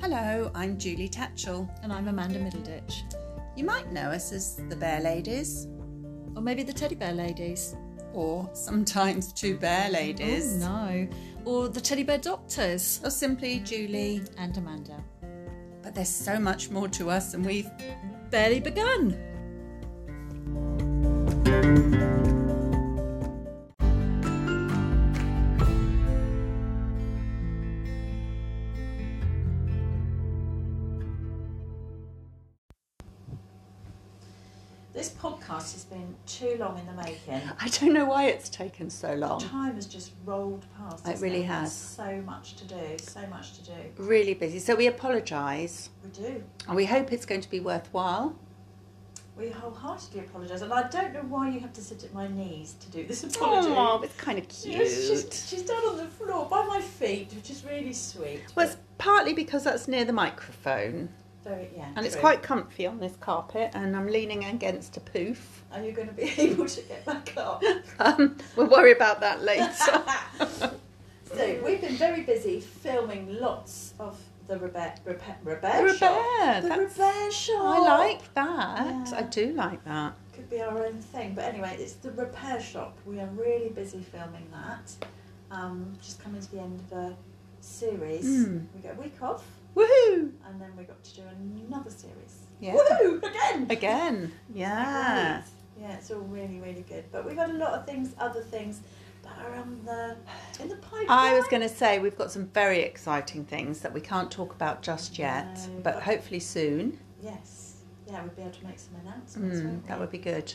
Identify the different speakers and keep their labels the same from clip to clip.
Speaker 1: Hello, I'm Julie Tatchell.
Speaker 2: And I'm Amanda Middleditch.
Speaker 1: You might know us as the Bear Ladies,
Speaker 2: Or maybe the Teddy Bear Ladies.
Speaker 1: or sometimes Two Bear Ladies,
Speaker 2: Oh, no. Or the Teddy Bear Doctors.
Speaker 1: or simply Julie.
Speaker 2: And Amanda.
Speaker 1: But there's so much more to us, and we've
Speaker 2: Barely begun.
Speaker 3: This podcast has been too long in the making.
Speaker 1: I don't know why it's taken so long.
Speaker 3: Time has just rolled past.
Speaker 1: It
Speaker 3: hasn't
Speaker 1: really
Speaker 3: There's
Speaker 1: has.
Speaker 3: So much to do. So much to do.
Speaker 1: Really busy, so we apologise,
Speaker 3: We do.
Speaker 1: and we hope it's going to be worthwhile.
Speaker 3: We wholeheartedly apologise, and I don't know why you have to sit at my knees to do this apology.
Speaker 1: Oh, it's kind of cute.
Speaker 3: Yes, she's, she's down on the floor by my feet, which is really sweet.
Speaker 1: Well, it's partly because that's near the microphone,
Speaker 3: but very, yeah.
Speaker 1: and it's
Speaker 3: true.
Speaker 1: quite comfy on this carpet, and I'm leaning against a poof.
Speaker 3: Are you going to be able to get back up?
Speaker 1: Um, we'll worry about that later.
Speaker 3: so we've been very busy filming lots of the Rebet Rebet Rebet shop.
Speaker 1: Rebecca,
Speaker 3: The
Speaker 1: that's-
Speaker 3: Rebet
Speaker 1: I
Speaker 3: shop.
Speaker 1: like that.
Speaker 3: Yeah.
Speaker 1: I do like that.
Speaker 3: could be our own thing. But anyway, it's the repair shop. We are really busy filming that. Um, just coming to the end of a series.
Speaker 1: Mm.
Speaker 3: We got a week off,
Speaker 1: Woohoo!
Speaker 3: and then we got to do another series.
Speaker 1: Yeah.
Speaker 3: Woohoo! Again.
Speaker 1: Again. Yeah.
Speaker 3: Great. Yeah, it's all really, really good. But we've got a lot of things, other things that are on the in the pipeline.
Speaker 1: I was going to say we've got some very exciting things that we can't talk about just yet,
Speaker 3: No,
Speaker 1: but
Speaker 3: but-
Speaker 1: hopefully soon.
Speaker 3: Yes. Yeah, we'd be able to make some announcements.
Speaker 1: Mm,
Speaker 3: won't
Speaker 1: that
Speaker 3: we?
Speaker 1: would be good.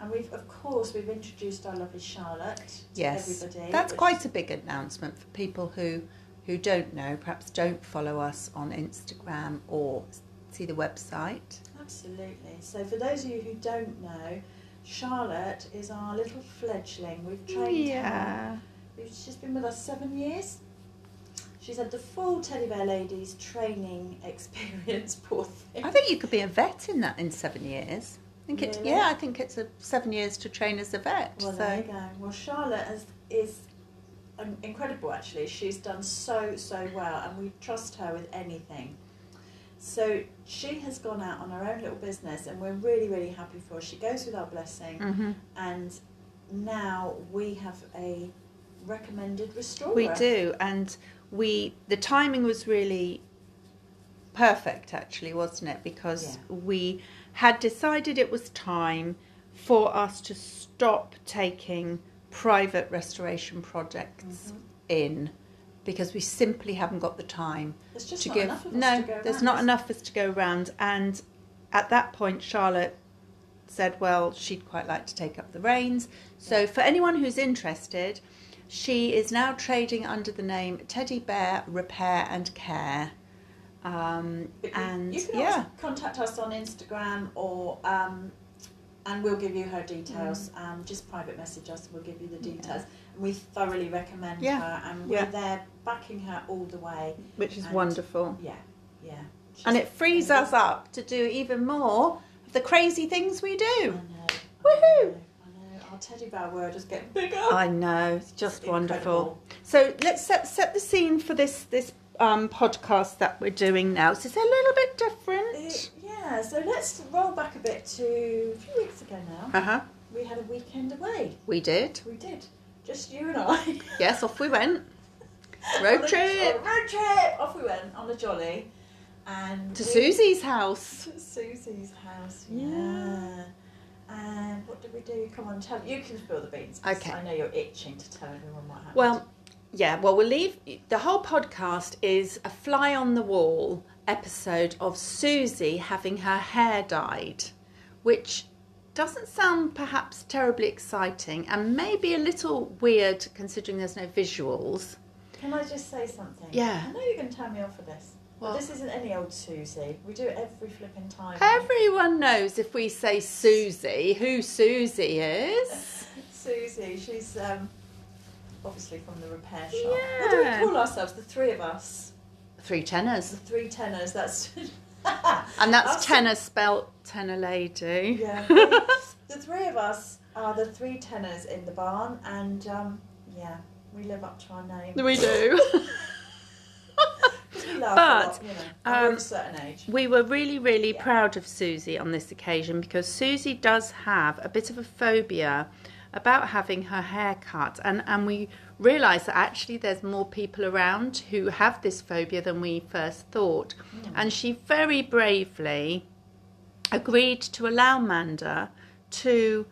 Speaker 3: And we've, of course, we've introduced our lovely Charlotte to
Speaker 1: Yes.
Speaker 3: everybody.
Speaker 1: That's
Speaker 3: which-
Speaker 1: quite a big announcement for people who who don't know, perhaps don't follow us on Instagram or see the website.
Speaker 3: Absolutely. So, for those of you who don't know, Charlotte is our little fledgling. We've trained her. We've- She's been with us seven years. She's had the full Teddy Bear Ladies training experience, poor thing.
Speaker 1: I think you could be a vet in that in seven years. I think it's
Speaker 3: Really?
Speaker 1: yeah, I think it's a seven years to train as a vet.
Speaker 3: Well,
Speaker 1: so
Speaker 3: there you go. Well, Charlotte is, is um, incredible, actually. She's done so, so well, and we trust her with anything. So she has gone out on her own little business, and we're really, really happy for her. She goes with our blessing.
Speaker 1: Mhm.
Speaker 3: and now we have a recommended restorer.
Speaker 1: We do, and we the timing was really perfect, actually, wasn't it? Because we had decided it was time for us to stop taking private restoration
Speaker 3: Mm-hmm.
Speaker 1: projects in because we simply haven't got the time
Speaker 3: There's just
Speaker 1: to
Speaker 3: not
Speaker 1: give.
Speaker 3: enough of us
Speaker 1: no,
Speaker 3: to go
Speaker 1: there's
Speaker 3: around,
Speaker 1: not
Speaker 3: is
Speaker 1: enough of us to go around, and at that point, Charlotte said, well, she'd quite like to take up the reins. So, for anyone who's interested, she is now trading under the name Teddy Bear Repair and Care. Um,
Speaker 3: But you-
Speaker 1: and
Speaker 3: you can always
Speaker 1: yeah,
Speaker 3: contact us on Instagram or um, and we'll give you her details. Um, just private message us, and we'll give you the
Speaker 1: Mm. Yeah.
Speaker 3: details. And we thoroughly recommend
Speaker 1: Yeah.
Speaker 3: her, and we're
Speaker 1: Yeah.
Speaker 3: there backing her all the way.
Speaker 1: which is
Speaker 3: and-
Speaker 1: wonderful.
Speaker 3: Yeah, yeah. She's-
Speaker 1: And it frees us up to do even more of the crazy things we
Speaker 3: I
Speaker 1: do.
Speaker 3: know, I
Speaker 1: Woohoo!
Speaker 3: know, I know. Our teddy bear world is getting bigger.
Speaker 1: I know, Oh, it's just wonderful.
Speaker 3: Incredible.
Speaker 1: So let's set set the scene for this this um, podcast that we're doing now. So it's a little bit different.
Speaker 3: It- yeah, so let's roll back a bit to a few weeks ago now.
Speaker 1: Uh huh.
Speaker 3: We had a weekend away.
Speaker 1: We did.
Speaker 3: We did. Just you and I.
Speaker 1: Yes, off we went
Speaker 3: On
Speaker 1: Road
Speaker 3: a-
Speaker 1: trip.
Speaker 3: on a road trip. Off we went on a jolly. And
Speaker 1: to
Speaker 3: we-
Speaker 1: Susie's house.
Speaker 3: To Susie's house.
Speaker 1: Yeah.
Speaker 3: Yeah. And what did we do? Come on, tell you can spill the beans. 'cause
Speaker 1: Okay.
Speaker 3: I know you're itching to tell everyone what happened.
Speaker 1: Well, yeah. Well, we'll leave. The whole podcast is a fly on the wall episode of Susie having her hair dyed, which doesn't sound perhaps terribly exciting and maybe a little weird considering there's no visuals.
Speaker 3: can I just say something?
Speaker 1: Yeah.
Speaker 3: I know you're going to turn me off for this.
Speaker 1: What?
Speaker 3: But this isn't any old Susie. We do it every flipping time.
Speaker 1: Everyone knows if we say Susie, who Susie is.
Speaker 3: Susie, she's um, obviously from the repair shop. What do we
Speaker 1: Yeah.
Speaker 3: call ourselves? The three of us,
Speaker 1: Three
Speaker 3: the
Speaker 1: tenors.
Speaker 3: three tenors. That's
Speaker 1: And that's
Speaker 3: Us-
Speaker 1: tenor spelt tenor lady.
Speaker 3: yeah. the three of us are the three tenors in the barn, and um, yeah, we live up to our name.
Speaker 1: we do.
Speaker 3: laugh a lot,
Speaker 1: But
Speaker 3: you know, I'm
Speaker 1: um,
Speaker 3: a certain age.
Speaker 1: we were really, really
Speaker 3: Yeah.
Speaker 1: proud of Susie on this occasion because Susie does have a bit of a phobia about having her hair cut, and and we realised that actually there's more people around who have this phobia than we first thought, and she very bravely agreed to allow Manda to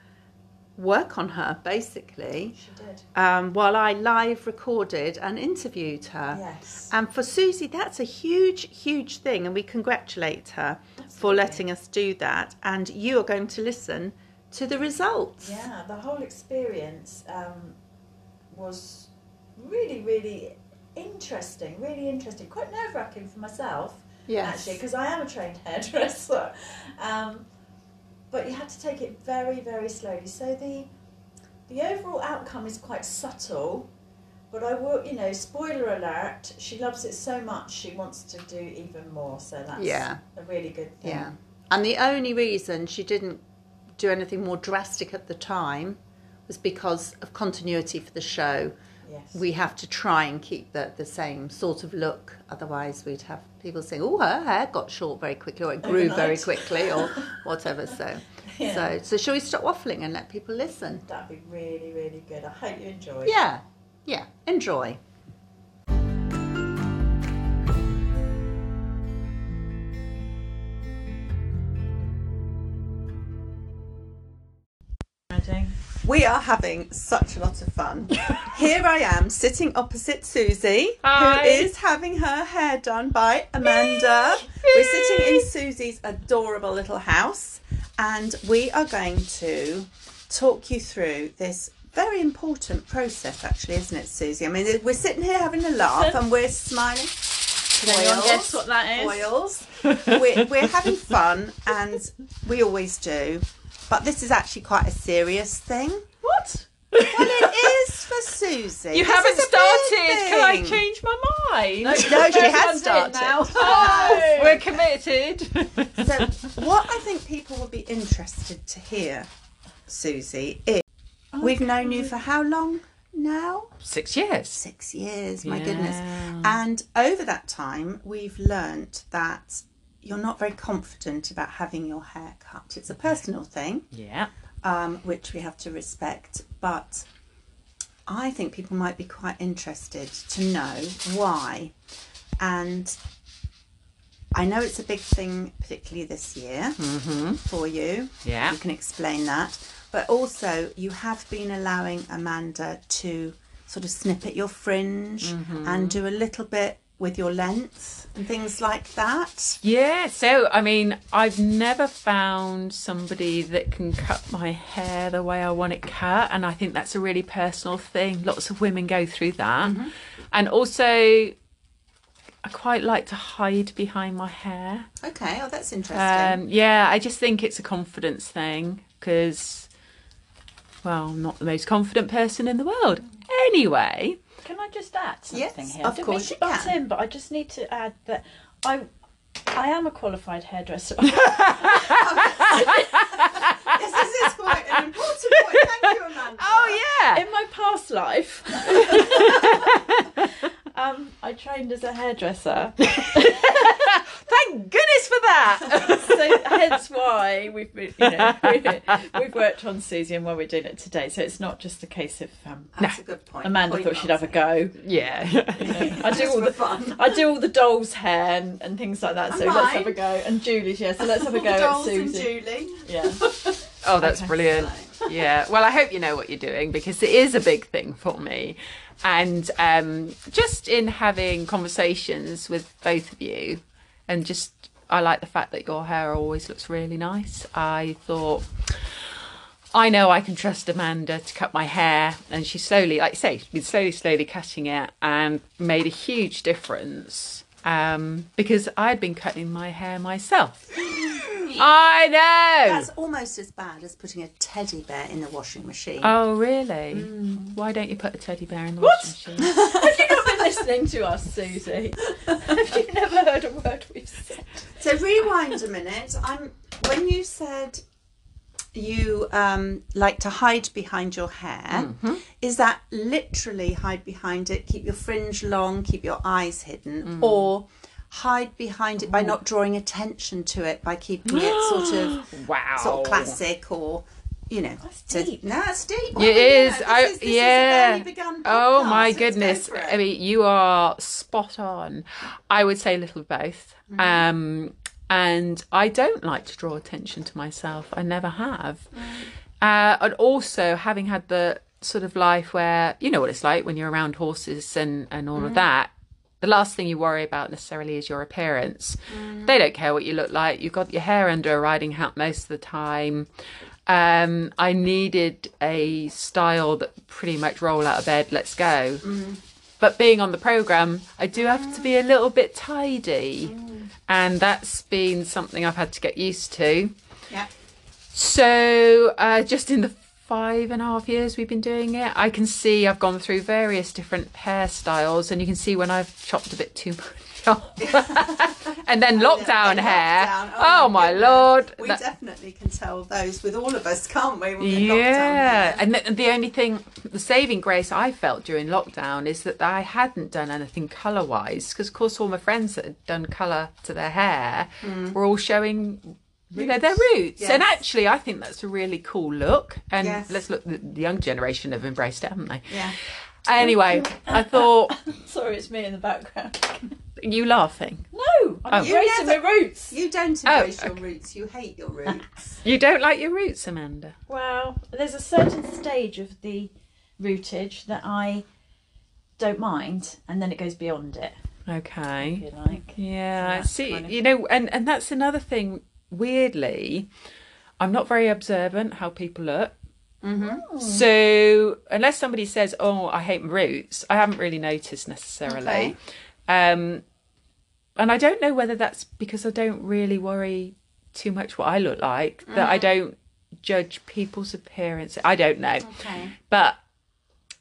Speaker 1: work on her basically
Speaker 3: She did.
Speaker 1: um, while I live recorded and interviewed her.
Speaker 3: Yes.
Speaker 1: And for Susie, that's a huge, huge thing, and we congratulate her for
Speaker 3: Absolutely.
Speaker 1: letting us do that. And you are going to listen to the results.
Speaker 3: Yeah, the whole experience um, was really, really interesting. Really interesting. Quite nerve wracking for myself. actually, because I am a trained hairdresser. Um, but you had to take it very, very slowly. So the the overall outcome is quite subtle. But I will, you know, spoiler alert, she loves it so much she wants to do even more. So that's
Speaker 1: Yeah.
Speaker 3: a really good thing.
Speaker 1: Yeah. And the only reason she didn't do anything more drastic at the time was because of continuity for the show.
Speaker 3: Yes.
Speaker 1: We have to try and keep the, the same sort of look, otherwise, we'd have people saying, Oh, her hair got short very quickly, or it grew very
Speaker 3: Overnight.
Speaker 1: quickly, or whatever. So,
Speaker 3: Yeah.
Speaker 1: so, so, shall we stop waffling and let people listen?
Speaker 3: That'd be really, really good. I hope you enjoy.
Speaker 1: Yeah, yeah. Enjoy. We are having such a lot of fun. Here I am sitting opposite Susie,
Speaker 2: Hi.
Speaker 1: who is having her hair done by Amanda. We're sitting in Susie's adorable little house, and we are going to talk you through this very important process, actually, isn't it, Susie? I mean, we're sitting here having a laugh and we're smiling. Can
Speaker 2: anyone guess what that is?
Speaker 1: Oils. we're, we're having fun, and we always do. But this is actually quite a serious thing.
Speaker 4: What?
Speaker 1: Well, it is for Susie.
Speaker 4: You
Speaker 1: This
Speaker 4: haven't
Speaker 1: is a big
Speaker 4: started. Can I
Speaker 1: thing.
Speaker 4: change my mind?
Speaker 1: No, no, she has
Speaker 4: Everyone's in
Speaker 1: started.
Speaker 4: Oh, we're committed.
Speaker 1: So, what I think people would be interested to hear, Susie, is we've known you for how long now?
Speaker 4: Six years.
Speaker 1: Six years, my goodness. And over that time, we've learnt that you're not very confident about having your hair cut. It's a personal thing,
Speaker 4: Yeah.
Speaker 1: um, which we have to respect, but I think people might be quite interested to know why. And I know it's a big thing, particularly this year for you.
Speaker 4: Mm-hmm. Yeah.
Speaker 1: You can explain that. But also, you have been allowing Amanda to sort of snip at your fringe
Speaker 4: Mm-hmm.
Speaker 1: and do a little bit with your length and things like that.
Speaker 4: Yeah. So, I mean, I've never found somebody that can cut my hair the way I want it cut. And I think that's a really personal thing. Lots of women go through that. And also, I quite like to hide behind my hair.
Speaker 1: Okay, oh, that's interesting.
Speaker 4: Um, yeah, I just think it's a confidence thing because, well, I'm not the most confident person in the world. Anyway,
Speaker 5: Can I just add something
Speaker 1: Yes,
Speaker 5: here? I
Speaker 1: of
Speaker 5: don't
Speaker 1: course
Speaker 5: mean
Speaker 1: you
Speaker 5: to butt
Speaker 1: can.
Speaker 5: in, but I just need to add that I I am a qualified hairdresser.
Speaker 1: yes, this is quite an important point. Thank you, Amanda.
Speaker 4: oh yeah,
Speaker 5: in my past life, um, I trained as a hairdresser,
Speaker 4: thank goodness for that.
Speaker 5: so hence why we've been, you know, we, we've worked on Susie and why we're doing it today. So it's not just a case of um,
Speaker 1: That's a good point.
Speaker 5: Amanda
Speaker 1: Point
Speaker 5: thought she'd have a
Speaker 1: answered.
Speaker 5: go.
Speaker 4: yeah,
Speaker 5: I do
Speaker 1: Just
Speaker 5: all
Speaker 1: for
Speaker 5: the
Speaker 1: fun.
Speaker 5: I do all the doll's hair and, and things like that. So
Speaker 1: And
Speaker 5: let's have
Speaker 1: mine.
Speaker 5: a go. And Julie's yeah. So let's have a go at
Speaker 1: Dolls
Speaker 5: Susie.
Speaker 1: and Julie.
Speaker 5: Yeah.
Speaker 4: oh, that's brilliant. Yeah, well, I hope you know what you're doing because it is a big thing for me. And um, just in having conversations with both of you, and just I like the fact that your hair always looks really nice. I thought I know I can trust Amanda to cut my hair, and she slowly, like I say, she's been slowly, slowly cutting it, and made a huge difference um, because I'd been cutting my hair myself. I
Speaker 5: Oh.
Speaker 4: know.
Speaker 1: That's almost as bad as putting a teddy bear in the washing machine.
Speaker 5: Uh,
Speaker 4: Oh really?
Speaker 1: Mm.
Speaker 4: Why don't you put a teddy bear in the washing machine?
Speaker 5: You've been listening to us, Susie. Have you never heard a word we've said?
Speaker 1: So rewind a minute. I'm when you said you um, like to hide behind your hair.
Speaker 5: Mm-hmm.
Speaker 1: Is that
Speaker 5: Mm.
Speaker 1: literally hide behind it, keep your fringe long, keep your eyes hidden, or hide behind it by not drawing attention to it by keeping it sort of
Speaker 4: Wow.
Speaker 1: sort of classic or you know
Speaker 5: That's
Speaker 1: to-
Speaker 5: deep.
Speaker 1: no it's deep
Speaker 4: It is.
Speaker 1: This
Speaker 4: I-
Speaker 1: is- this is a
Speaker 4: yeah.
Speaker 1: barely begun
Speaker 4: Oh
Speaker 1: podcast.
Speaker 4: my
Speaker 1: Let's go
Speaker 4: goodness.
Speaker 1: for it.
Speaker 4: I mean, you are spot on. I would say a little of both. Um, and I don't like to draw attention to myself. I never have. Uh, and also, having had the sort of life where you know what it's like when you're around horses and, and all of that, the last thing you worry about necessarily is your appearance. They don't care what you look like. You've got your hair under a riding hat most of the time. Um, I needed a style that pretty much roll out of bed, let's go. But being on the program, I do have to be a little bit tidy,
Speaker 1: Mm.
Speaker 4: and that's been something I've had to get used to.
Speaker 1: Yeah.
Speaker 4: So, uh, just in the five and a half years we've been doing it, I can see I've gone through various different hairstyles, and you can see when I've chopped a bit too much off. and then lockdown
Speaker 1: then
Speaker 4: hair.
Speaker 1: lockdown.
Speaker 4: Oh,
Speaker 1: Oh
Speaker 4: my
Speaker 1: my
Speaker 4: lord.
Speaker 1: we
Speaker 4: That-
Speaker 1: definitely can tell those with all of us can't we when we're locked down
Speaker 4: yeah,
Speaker 1: here.
Speaker 4: and the, the only thing, the saving grace I felt during lockdown is that I hadn't done anything colour wise because, of course, all my friends that had done colour to their hair were all showing. You know their roots, and
Speaker 1: Mm. Yes.
Speaker 4: actually, I think that's a really cool look. And
Speaker 1: Yes.
Speaker 4: let's look, the, the young generation have embraced it, haven't they?
Speaker 1: yeah
Speaker 4: Anyway, I thought
Speaker 5: Sorry, it's me in the background.
Speaker 4: you laughing.
Speaker 5: No, I'm
Speaker 4: Oh.
Speaker 5: embracing
Speaker 1: You never-
Speaker 5: my roots.
Speaker 1: you don't
Speaker 4: Oh,
Speaker 1: embrace your roots you hate your roots
Speaker 4: You don't like your roots, Amanda.
Speaker 5: Well, there's a certain stage of the rootage that I don't mind, and then it goes beyond it.
Speaker 4: Okay.
Speaker 5: If you like, So
Speaker 4: Yeah,
Speaker 5: that's
Speaker 4: see,
Speaker 5: kind of-
Speaker 4: you know, and and that's another thing. Weirdly, I'm not very observant how people look. Mm-hmm. So unless somebody says, "Oh, I hate my roots," I haven't really noticed
Speaker 1: Okay.
Speaker 4: necessarily. Um, and I don't know whether that's because I don't really worry too much what I look like that
Speaker 5: Mm-hmm.
Speaker 4: I don't judge people's appearance. I don't know,
Speaker 1: okay
Speaker 4: but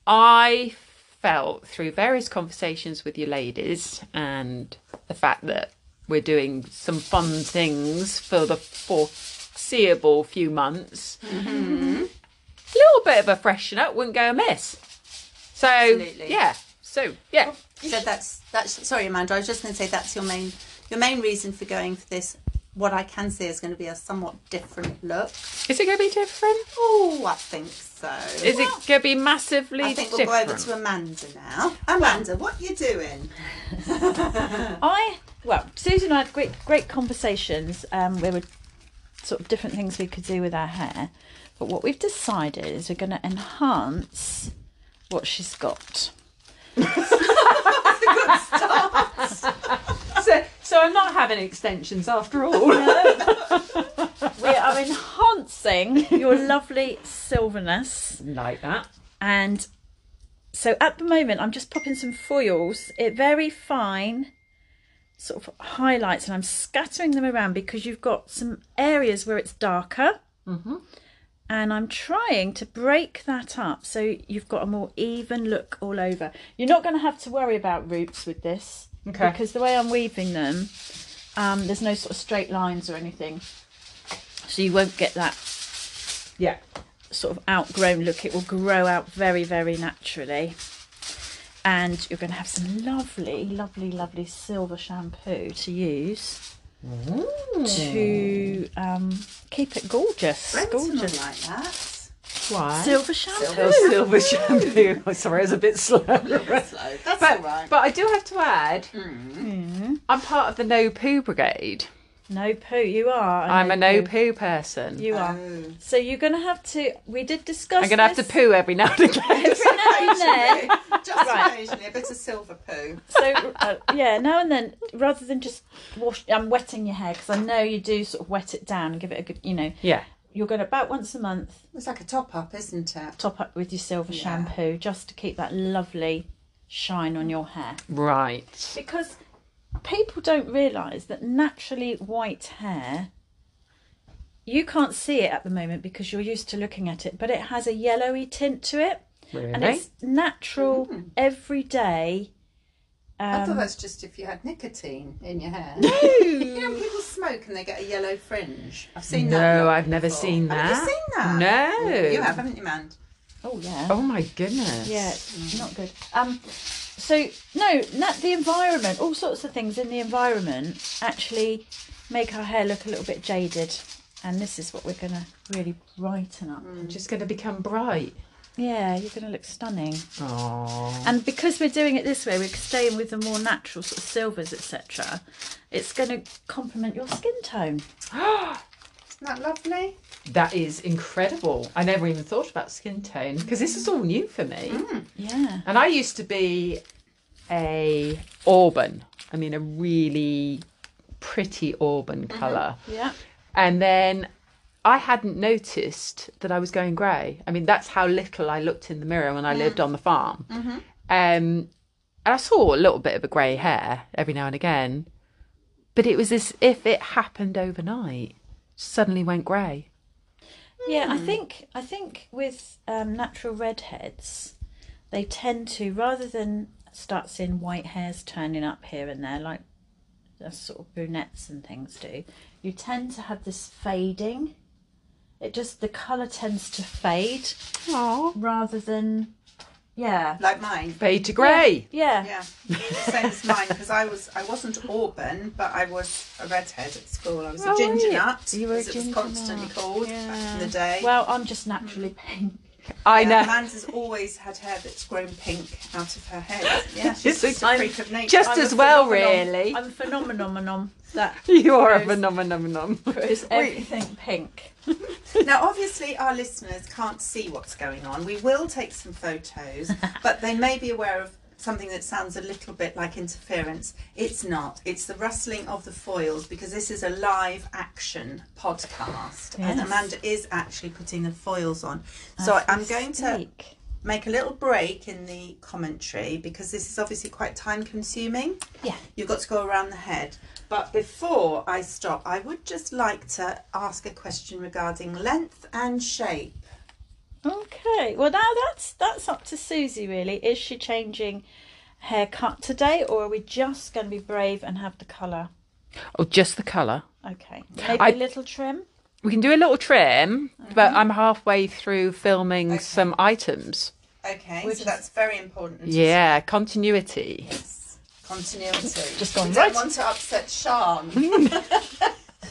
Speaker 4: I felt through various conversations with you ladies and the fact that we're doing some fun things for the foreseeable few months, Mm-hmm. a little bit of a freshen up wouldn't go amiss. So,
Speaker 1: Absolutely.
Speaker 4: yeah. So, yeah.
Speaker 1: So that's that's sorry, Amanda. I was just going to say that's your main your main reason for going for this. What I can see is going to be a somewhat different look.
Speaker 4: Is it going to be different?
Speaker 1: Oh, I think so.
Speaker 4: Is it going to be massively
Speaker 1: I think we'll
Speaker 4: different?
Speaker 1: go over to Amanda now. Amanda, what you doing?
Speaker 5: I well, Susie and I had great great conversations. Um, we were sort of different things we could do with our hair, but what we've decided is we're going to enhance what she's got.
Speaker 4: So, so I'm not having extensions after
Speaker 5: Oh.
Speaker 4: all.
Speaker 5: We are enhancing your lovely silverness,
Speaker 4: like that.
Speaker 5: and so at the moment I'm just popping some foils. It very fine. Sort of highlights, and I'm scattering them around because you've got some areas where it's darker, and I'm trying to break that up so you've got a more even look all over. You're not going to have to worry about roots with this
Speaker 4: Okay.
Speaker 5: because the way I'm weaving them, um, there's no sort of straight lines or anything, so you won't get that
Speaker 4: Yeah.
Speaker 5: sort of outgrown look. It will grow out very, very naturally. And you're going to have some lovely, lovely, lovely silver shampoo to use Mm-hmm. to um, keep it gorgeous.
Speaker 1: Brenton
Speaker 5: gorgeous.
Speaker 1: like that.
Speaker 4: Why?
Speaker 5: Silver shampoo.
Speaker 4: silver shampoo. Sorry, I was a bit slow.
Speaker 1: Slow. That's
Speaker 4: But,
Speaker 1: all right.
Speaker 4: but I do have to add,
Speaker 5: Mm-hmm.
Speaker 4: I'm part of the no poo brigade.
Speaker 5: No poo. You are.
Speaker 4: I'm a no poo person.
Speaker 5: You are.
Speaker 1: Oh.
Speaker 5: So you're going to have to. We did discuss.
Speaker 4: I'm going to have to
Speaker 5: this
Speaker 4: poo every now and again.
Speaker 5: every now and then.
Speaker 1: Just
Speaker 5: Right.
Speaker 1: occasionally a bit of silver poo.
Speaker 5: so uh, yeah now and then rather than just wash i'm wetting your hair because i know you do sort of wet it down and give it a good you know
Speaker 4: Yeah.
Speaker 5: you're going about once a month
Speaker 1: It's like a top up, isn't it?
Speaker 5: top up with your silver shampoo just to keep that lovely shine on your hair
Speaker 4: Right.
Speaker 5: because people don't realise that naturally white hair you can't see it at the moment because you're used to looking at it but it has a yellowy tint to it and
Speaker 4: Really?
Speaker 5: it's natural everyday
Speaker 1: Hmm. I thought
Speaker 5: um,
Speaker 1: that's just if you had nicotine in your hair. you know, people smoke and they get a yellow fringe. I've seen that.
Speaker 4: No,
Speaker 1: look
Speaker 4: I've never
Speaker 1: before.
Speaker 4: seen that.
Speaker 1: Have you seen that?
Speaker 4: No.
Speaker 1: You have, haven't you, Amanda?
Speaker 5: oh yeah
Speaker 4: Oh my goodness.
Speaker 5: Yeah, it's not good. Um, So no, not the environment. All sorts of things in the environment actually make our hair look a little bit jaded, and this is what we're gonna really brighten up.
Speaker 1: Mm.
Speaker 4: I'm just going to become bright.
Speaker 5: Yeah, you're gonna look stunning.
Speaker 4: Oh,
Speaker 5: And because we're doing it this way, we're staying with the more natural sort of silvers, etc. It's going to complement your skin tone.
Speaker 1: that lovely?
Speaker 4: that is incredible. I never even thought about skin tone because this is all new for
Speaker 5: Mm.
Speaker 4: me.
Speaker 5: Yeah.
Speaker 4: And I used to be a auburn. I mean, a really pretty auburn color
Speaker 5: Mm-hmm. Yeah.
Speaker 4: And then I hadn't noticed that I was going grey. I mean, that's how little I looked in the mirror when I lived on the farm.
Speaker 5: Mm-hmm.
Speaker 4: Um, and I saw a little bit of a grey hair every now and again, but it was as if it happened overnight. Suddenly went grey.
Speaker 5: Yeah, I think I think with um, natural redheads, they tend to rather than start seeing white hairs turning up here and there like the sort of brunettes and things do, you tend to have this fading. It just the colour tends to fade rather than yeah.
Speaker 1: Like mine.
Speaker 4: Fade to grey.
Speaker 5: Yeah.
Speaker 1: Yeah, same as mine because I was I wasn't Auburn, but I was a redhead at school. I was a
Speaker 4: Oh,
Speaker 1: ginger
Speaker 4: right.
Speaker 1: nut,
Speaker 4: You were a
Speaker 1: as it was
Speaker 4: ginger
Speaker 1: constantly
Speaker 4: nut.
Speaker 1: called back in the day.
Speaker 5: Well, I'm just naturally pink.
Speaker 4: I
Speaker 1: yeah,
Speaker 4: know.
Speaker 1: Lance has always had hair that's grown pink out of her head. Yeah, she's
Speaker 4: It's
Speaker 1: just a
Speaker 4: like-
Speaker 1: freak of nature.
Speaker 4: Just
Speaker 5: I'm
Speaker 4: as
Speaker 5: a
Speaker 4: well,
Speaker 5: phenomenon.
Speaker 4: really.
Speaker 5: I'm a phenomenon. That
Speaker 4: You are a
Speaker 5: Gross.
Speaker 4: phenomenon.
Speaker 5: is everything pink.
Speaker 1: Now, obviously, our listeners can't see what's going on. We will take some photos, but they may be aware of something that sounds a little bit like interference. It's not, it's the rustling of the foils because this is a live action podcast, and
Speaker 5: Yes.
Speaker 1: Amanda is actually putting the foils on. So, I'm going to
Speaker 5: Pink.
Speaker 1: make a little break in the commentary because this is obviously quite time consuming.
Speaker 5: Yeah.
Speaker 1: You've got to go around the head. But before I stop, I would just like to ask a question regarding length and shape.
Speaker 5: Okay. Well, now that's that's up to Susie. Really, is she changing haircut today, or are we just going to be brave and have the colour?
Speaker 4: Oh, just the colour.
Speaker 5: Okay. Maybe
Speaker 4: I-
Speaker 5: a little trim.
Speaker 4: We can do a little trim, but I'm halfway through filming some items.
Speaker 1: Okay, so
Speaker 5: Which is-
Speaker 1: that's very important.
Speaker 4: Yeah, continuity.
Speaker 1: Yes. Continuity.
Speaker 5: Just gone
Speaker 1: we
Speaker 5: right.
Speaker 1: don't want to upset Sean.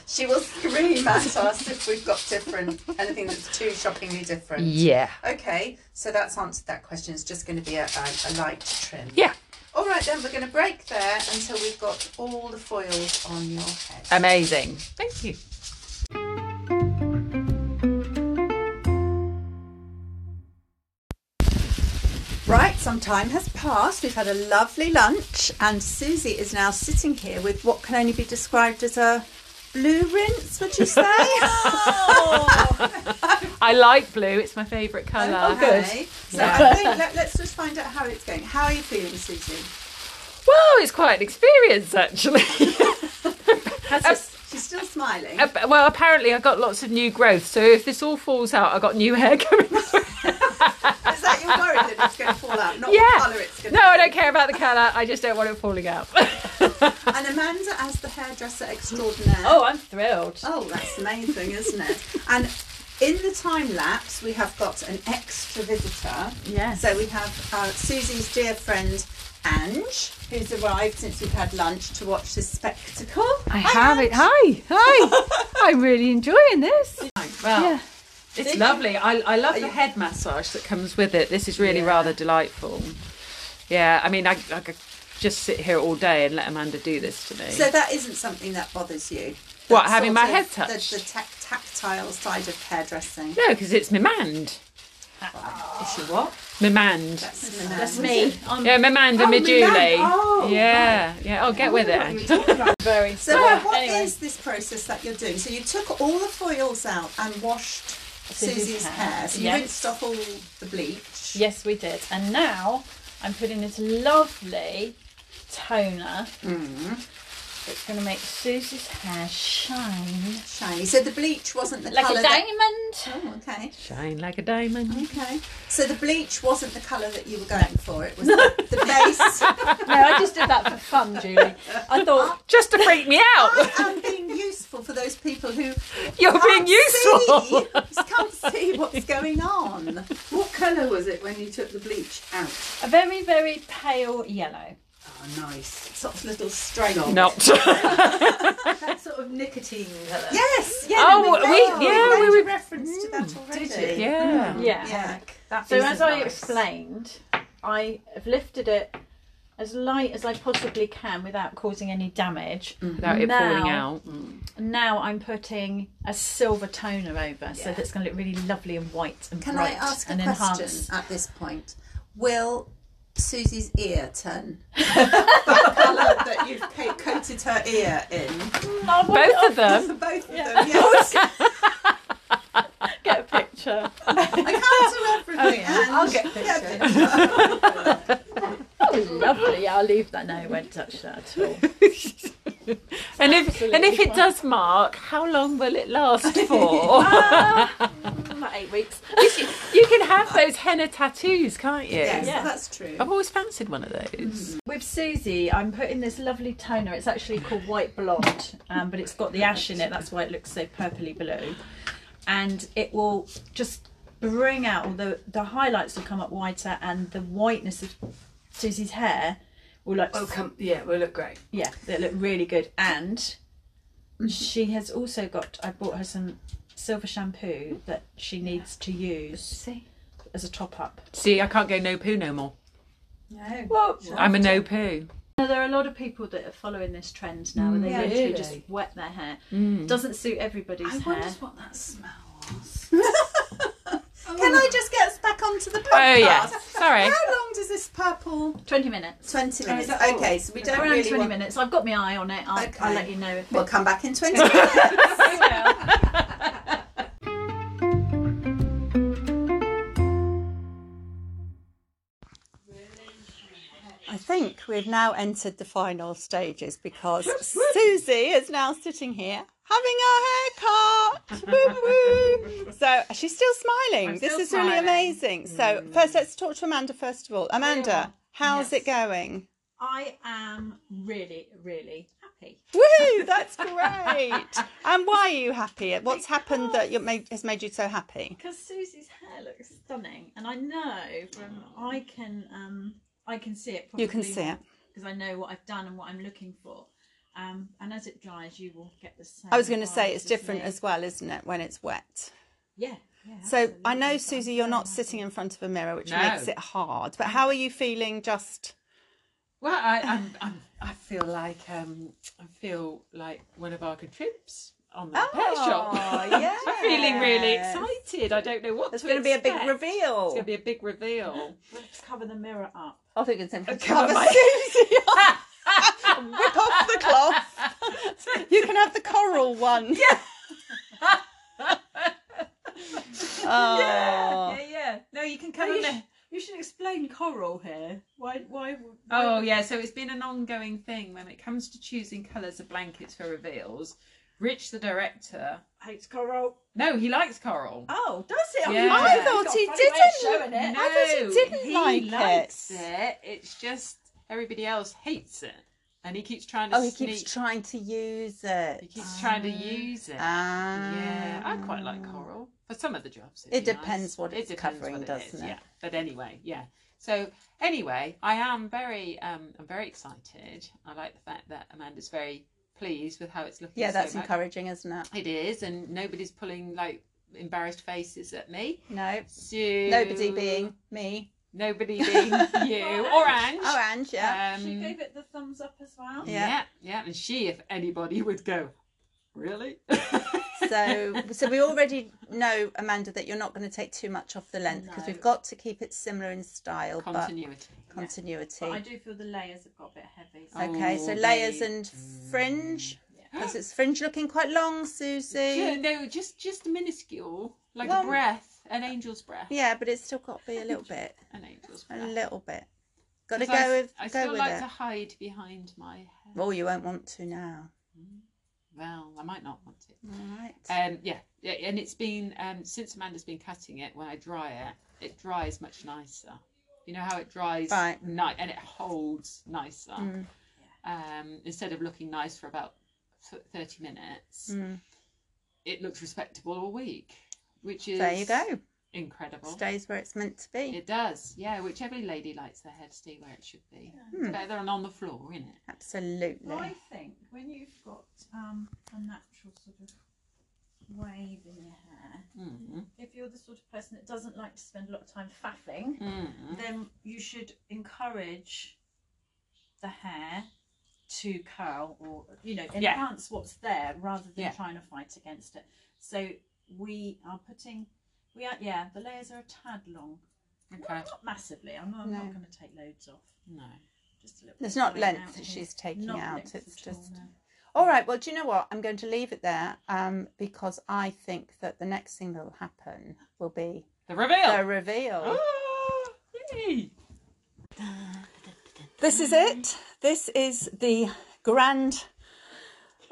Speaker 1: she will scream at us if we've got different anything that's too shockingly different.
Speaker 4: Yeah.
Speaker 1: Okay, so that's answered that question. It's just going to be a, a, a light trim.
Speaker 4: Yeah.
Speaker 1: All right, then we're going to break there until we've got all the foils on your head.
Speaker 4: Amazing. Thank you.
Speaker 1: Right, some time has passed. We've had a lovely lunch, and Susie is now sitting here with what can only be described as a blue rinse, would you say?
Speaker 4: I like blue. It's my favourite colour.
Speaker 1: Okay. So I think let, us just find out how it's going. How are you feeling, Susie?
Speaker 4: Well, it's quite an experience actually.
Speaker 1: She's still smiling.
Speaker 4: Ap- well, apparently I got lots of new growth. So if this all falls out, I got new hair coming.
Speaker 1: Is that your worry that it's going to fall out, not
Speaker 4: yeah.
Speaker 1: what colour it's going
Speaker 4: no,
Speaker 1: to
Speaker 4: I don't care about the colour. I just don't want it falling out.
Speaker 1: And Amanda, as the hairdresser extraordinaire.
Speaker 5: Oh, I'm thrilled.
Speaker 1: Oh, that's amazing, isn't it? And in the time lapse, we have got an extra visitor.
Speaker 5: Yes.
Speaker 1: So we have uh, Susie's dear friend Ange, who's arrived since we've had lunch to watch this spectacle.
Speaker 6: I have it. Hi, hi. I'm really enjoying this.
Speaker 4: well,
Speaker 6: Yeah.
Speaker 4: it's lovely. I, I love the head massage that comes with it. This is really rather delightful. Yeah, I mean, I, I could just sit here all day and let Amanda do this to me.
Speaker 1: So that isn't something that bothers you.
Speaker 4: What,
Speaker 1: That
Speaker 4: having
Speaker 1: sort
Speaker 4: my
Speaker 1: of-
Speaker 4: head touched?
Speaker 1: The, the tac tactile side of hairdressing.
Speaker 4: no, because it's mimand.
Speaker 1: Ah. Is she what? Um,
Speaker 4: Mimand.
Speaker 1: That's, the
Speaker 5: That's
Speaker 1: man.
Speaker 5: me. I'm
Speaker 4: Yeah, Mimand and Medjuli.
Speaker 1: Oh,
Speaker 4: yeah, yeah. Oh, get with it. Ange.
Speaker 5: very.
Speaker 1: So what what is
Speaker 5: anyway.
Speaker 1: this process that you're doing? So you took all the foils out and washed
Speaker 5: Susie's
Speaker 1: Susie's hair.
Speaker 5: hair.
Speaker 1: So you
Speaker 5: Yes.
Speaker 1: rinsed off all the bleach.
Speaker 5: Yes, we did. And now I'm putting this lovely toner.
Speaker 1: Mm-hmm.
Speaker 5: That's going to make Susie's hair shine
Speaker 1: Shiny. So the bleach wasn't the
Speaker 5: like
Speaker 1: colour.
Speaker 5: a
Speaker 1: that-
Speaker 5: diamond.
Speaker 1: Oh, okay.
Speaker 4: Shine like a diamond.
Speaker 1: Okay. So the bleach wasn't the colour that you were going for. It was the, the base.
Speaker 5: No, I just did that for fun, Julie. I thought
Speaker 4: Just to freak me out.
Speaker 1: I'm being useful for those people who
Speaker 4: You're
Speaker 1: can't
Speaker 4: being useful.
Speaker 1: See, just can't see see what's going on. What colour was it when you took the bleach out?
Speaker 5: A very, very pale yellow.
Speaker 1: Oh, nice. Sort of little straight on.
Speaker 4: Not.
Speaker 3: That sort of nicotine colour.
Speaker 1: Yes. Yeah.
Speaker 4: Oh,
Speaker 1: no,
Speaker 4: we-
Speaker 1: made-
Speaker 4: yeah,
Speaker 1: made
Speaker 4: we Mm,
Speaker 1: a reference to that already.
Speaker 4: yeah.
Speaker 3: Yeah.
Speaker 1: Yeah.
Speaker 3: So
Speaker 1: isn't
Speaker 3: as I
Speaker 1: nice.
Speaker 3: explained, I have lifted it as light as I possibly can without causing any damage.
Speaker 4: Without it falling
Speaker 3: Now-
Speaker 4: out.
Speaker 3: Now I'm putting a silver toner over, so that it's going to look really lovely and white and
Speaker 1: Can
Speaker 3: bright
Speaker 1: I ask a
Speaker 3: and
Speaker 1: question
Speaker 3: enhanced.
Speaker 1: at this point? Will Susie's ear turn the colour that you've co- coated her ear in?
Speaker 5: Oh,
Speaker 4: Both of them.
Speaker 1: For both of them, yes.
Speaker 3: Get a picture.
Speaker 1: I can't do everything. and
Speaker 3: Oh, I'll get
Speaker 1: get
Speaker 3: pictures.
Speaker 1: pictures.
Speaker 3: Oh, lovely. Yeah, I'll leave that. No, I won't touch that at all.
Speaker 4: And if and if it
Speaker 3: Absolutely.
Speaker 4: does mark, how long will it last for?
Speaker 3: About eight weeks.
Speaker 4: you can have those henna tattoos, can't you?
Speaker 1: Yes,
Speaker 3: Yeah.
Speaker 1: that's true.
Speaker 4: I've always fancied one of those.
Speaker 3: With Susie, I'm putting this lovely toner. It's actually called White Blonde, um, but it's got the ash in it. That's why it looks so purpley blue. And it will just bring out all the, the highlights will come up whiter, and the whiteness of Susie's hair will like s-
Speaker 7: Come, yeah, we'll look great.
Speaker 3: yeah, they look really good. And she has also got. I bought her some silver shampoo that she needs to use as a top up.
Speaker 4: See, I can't go no poo no more.
Speaker 3: Well,
Speaker 4: I'm a no poo.
Speaker 3: Now, there are a lot of people that are following this trend now, where they
Speaker 1: Yeah.
Speaker 3: literally
Speaker 7: Really?
Speaker 3: just wet their hair. Doesn't suit everybody's
Speaker 1: I
Speaker 3: hair.
Speaker 1: wondered what that smell was. Can I just get us back onto the podcast?
Speaker 4: Oh yes, sorry.
Speaker 1: How long does this purple? Oh,
Speaker 3: Twenty minutes.
Speaker 1: Twenty minutes.
Speaker 7: that all?
Speaker 1: okay, so we don't
Speaker 3: Around
Speaker 1: really
Speaker 3: twenty
Speaker 1: want.
Speaker 3: minutes. I've got my eye on it. I'll, I'll
Speaker 1: Okay.
Speaker 3: let you know. If
Speaker 1: We'll come back in twenty minutes. I think we've now entered the final stages because Susie is now sitting here having her hair cut. Woo, woo. So she's still smiling. this
Speaker 4: still
Speaker 1: is really
Speaker 4: smiling. Mm.
Speaker 1: amazing. So first, let's talk to Amanda first of all.
Speaker 4: Oh,
Speaker 1: Amanda, how's it going?
Speaker 3: I am really, really happy.
Speaker 1: Woo! That's great. and why are you happy? What's happened that you made, has made you so happy?
Speaker 3: Because Susie's hair looks stunning, and I know from I can um I can see it. Probably
Speaker 1: You can see it.
Speaker 3: because I know what I've done and what I'm looking for. Um, and as it dries, you will get the same.
Speaker 1: I was going to say it's
Speaker 3: vibes
Speaker 1: different
Speaker 3: me.
Speaker 1: as well, isn't it, when it's wet?
Speaker 3: yeah. yeah
Speaker 1: So I know,
Speaker 3: absolutely.
Speaker 1: Susie, you're not sitting in front of a mirror, which
Speaker 4: No.
Speaker 1: makes it hard. But how are you feeling? Just
Speaker 4: Well, I I'm, I'm, I feel like um I feel like one of our good trips on the pet shop.
Speaker 1: yes.
Speaker 4: Oh, I'm feeling really excited. I don't know what.
Speaker 1: There's
Speaker 4: to
Speaker 1: going to be a big
Speaker 4: expect. It's
Speaker 1: reveal.
Speaker 4: going to be a big reveal.
Speaker 3: Let's cover the mirror up.
Speaker 1: I think it's time for
Speaker 4: Cover my-
Speaker 1: Susie. Whip off the cloth. You can have the coral one. Yeah. oh.
Speaker 3: Yeah, yeah. No, you can come.
Speaker 7: you
Speaker 3: you should explain coral here. Why? Why?
Speaker 4: Oh yeah, so it's been an ongoing thing when it comes to choosing colours of blankets for reveals. Rich, the director,
Speaker 3: hates coral.
Speaker 4: no, he likes coral.
Speaker 3: Oh, does it?
Speaker 4: Yeah.
Speaker 1: I thought he didn't.
Speaker 3: it.
Speaker 4: no,
Speaker 1: thought he didn't like it.
Speaker 4: likes it. It's just everybody else hates it, and he keeps trying to
Speaker 1: Oh, he
Speaker 4: sneak.
Speaker 1: keeps trying to use
Speaker 4: he
Speaker 1: it.
Speaker 4: keeps trying to use it.
Speaker 1: Ah.
Speaker 4: yeah, I quite like coral for some of the jobs. it'd
Speaker 1: It
Speaker 4: be
Speaker 1: depends what it's covering, doesn't it?
Speaker 4: Yeah, but anyway, yeah. So anyway, I am very, um, I'm very excited. I like the fact that Amanda's very pleased with how it's looking.
Speaker 1: Yeah,
Speaker 4: so
Speaker 1: that's
Speaker 4: much.
Speaker 1: encouraging, isn't it?
Speaker 4: It is, and nobody's pulling like embarrassed faces at me.
Speaker 1: No.
Speaker 4: So
Speaker 1: Nobody being me.
Speaker 4: nobody being you or Ange.
Speaker 1: Oh, and yeah.
Speaker 4: Um,
Speaker 3: She gave it the thumbs up as well.
Speaker 4: yeah.
Speaker 1: Yeah.
Speaker 4: yeah, and she, if anybody, would go. Really?
Speaker 1: so so we already know amanda that you're not going to take too much off the length because we've got to keep it similar in style
Speaker 4: continuity.
Speaker 1: but continuity
Speaker 3: But I do feel the layers have got a bit heavy. So
Speaker 1: okay so
Speaker 4: Oh,
Speaker 1: layers
Speaker 4: they-
Speaker 1: and fringe because it's fringe looking quite long
Speaker 4: Yeah,
Speaker 1: susie
Speaker 4: no, just just minuscule, like
Speaker 1: Well-
Speaker 4: a breath, an angel's breath,
Speaker 1: yeah but it's still got to be a little bit
Speaker 4: an angel's
Speaker 1: a
Speaker 4: breath.
Speaker 1: little bit got to
Speaker 4: 'Cause I
Speaker 1: go
Speaker 4: s-
Speaker 1: with
Speaker 4: I
Speaker 1: go
Speaker 4: still
Speaker 1: with
Speaker 4: like
Speaker 1: it
Speaker 4: to hide behind my hair.
Speaker 1: well you won't want to now
Speaker 4: Well, I might not want it.
Speaker 1: all right
Speaker 4: Um, yeah, yeah, and it's been um, since Amanda's been cutting it. When I dry it, it dries much nicer. You know how it dries
Speaker 1: Right. Mm.
Speaker 4: ni- and it holds nicer. Um, instead of looking nice
Speaker 1: Mm.
Speaker 4: for about th- thirty minutes, it looks respectable all week. which is
Speaker 8: There you go.
Speaker 4: incredible.
Speaker 8: Stays where it's meant to be.
Speaker 4: It does, yeah. Which every lady likes their hair to stay where it should be.
Speaker 9: Hmm.
Speaker 4: It's better than on the floor, isn't it?
Speaker 8: Absolutely.
Speaker 3: I think when you've got um, a natural sort of wave in your hair,
Speaker 8: Mm-hmm.
Speaker 4: Mm.
Speaker 3: if you're the sort of person that doesn't like to spend a lot of time faffing,
Speaker 4: Mm.
Speaker 8: Mm-hmm.
Speaker 3: then you should encourage the hair to curl or you know
Speaker 4: Yeah.
Speaker 3: enhance what's there rather than
Speaker 4: Yeah.
Speaker 3: trying to fight against it. So we are putting we are yeah the layers are a tad long,
Speaker 4: Okay.
Speaker 3: not massively. I'm not, I'm
Speaker 8: No.
Speaker 3: not going to take loads off.
Speaker 4: No.
Speaker 3: Just a little.
Speaker 8: There's
Speaker 3: bit
Speaker 8: not
Speaker 3: going
Speaker 8: length
Speaker 3: out
Speaker 8: that
Speaker 3: here.
Speaker 8: she's taking
Speaker 3: Not
Speaker 8: out.
Speaker 3: length
Speaker 8: It's
Speaker 3: at all,
Speaker 8: just.
Speaker 3: no.
Speaker 8: All right. Well, do you know what? I'm going to leave it there um, because I think that the next thing that will happen will be
Speaker 4: The reveal.
Speaker 9: Oh.
Speaker 8: the reveal.
Speaker 4: Ah, yay.
Speaker 9: This is it. This is the grand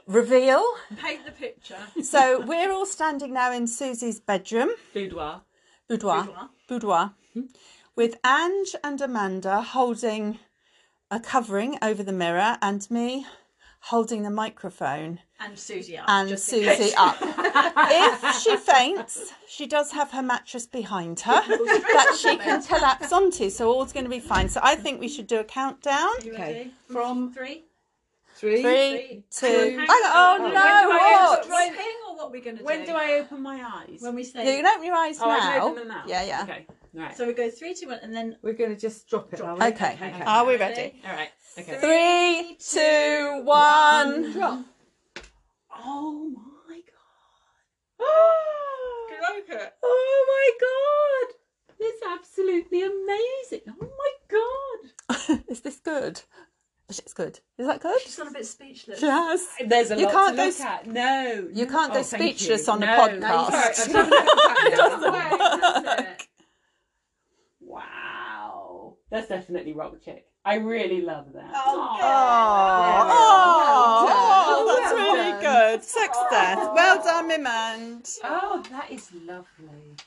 Speaker 9: reveal.
Speaker 10: Paint the picture.
Speaker 9: So we're all standing now in Susie's bedroom.
Speaker 4: Boudoir.
Speaker 9: boudoir, boudoir,
Speaker 10: Hmm.
Speaker 9: with Ange and Amanda holding a covering over the mirror and me holding the microphone
Speaker 10: And Susie
Speaker 4: Ah,
Speaker 10: up.
Speaker 9: and
Speaker 10: just in case.
Speaker 9: Susie up. if she faints, she does have her mattress behind her that she can collapse onto, so all's going to be fine. So I think we should do a countdown.
Speaker 8: Okay.
Speaker 10: From three.
Speaker 9: Three, two,
Speaker 10: Hang
Speaker 9: oh,
Speaker 10: on.
Speaker 9: no, what?
Speaker 10: Right thing or what we're going to do?
Speaker 4: When do I open my eyes?
Speaker 10: When we
Speaker 9: Yeah, you
Speaker 10: say.
Speaker 9: can open your eyes
Speaker 4: oh,
Speaker 9: now.
Speaker 4: I can open them now.
Speaker 9: Yeah, yeah.
Speaker 4: Okay. All right.
Speaker 10: So we go three, two, one, and then
Speaker 11: We're going to just drop it. are we?
Speaker 9: Okay. Are we ready?
Speaker 4: All right. Okay.
Speaker 9: Three, two, one.
Speaker 4: Oh my god. Ah!
Speaker 10: Can I open it?
Speaker 4: Oh my god. It's absolutely amazing. Oh my god.
Speaker 9: Is this good? Oh, It's good. Is that good?
Speaker 10: She's gone a bit speechless.
Speaker 9: She has.
Speaker 4: There's a
Speaker 9: You
Speaker 4: lot
Speaker 9: can't
Speaker 4: to
Speaker 9: go
Speaker 4: look
Speaker 9: s-
Speaker 4: at. No.
Speaker 9: You can't go
Speaker 4: Oh, thank you.
Speaker 9: speechless on the
Speaker 4: No,
Speaker 9: podcast.
Speaker 4: no, sorry, I'm trying to look at that now.
Speaker 10: That's
Speaker 4: wow. That's definitely rock chick. I really love that.
Speaker 12: Oh,
Speaker 9: Oh,
Speaker 4: Well
Speaker 9: oh, that's
Speaker 4: done.
Speaker 9: really good. Success. Well done, Mimand.
Speaker 4: Oh, that is lovely.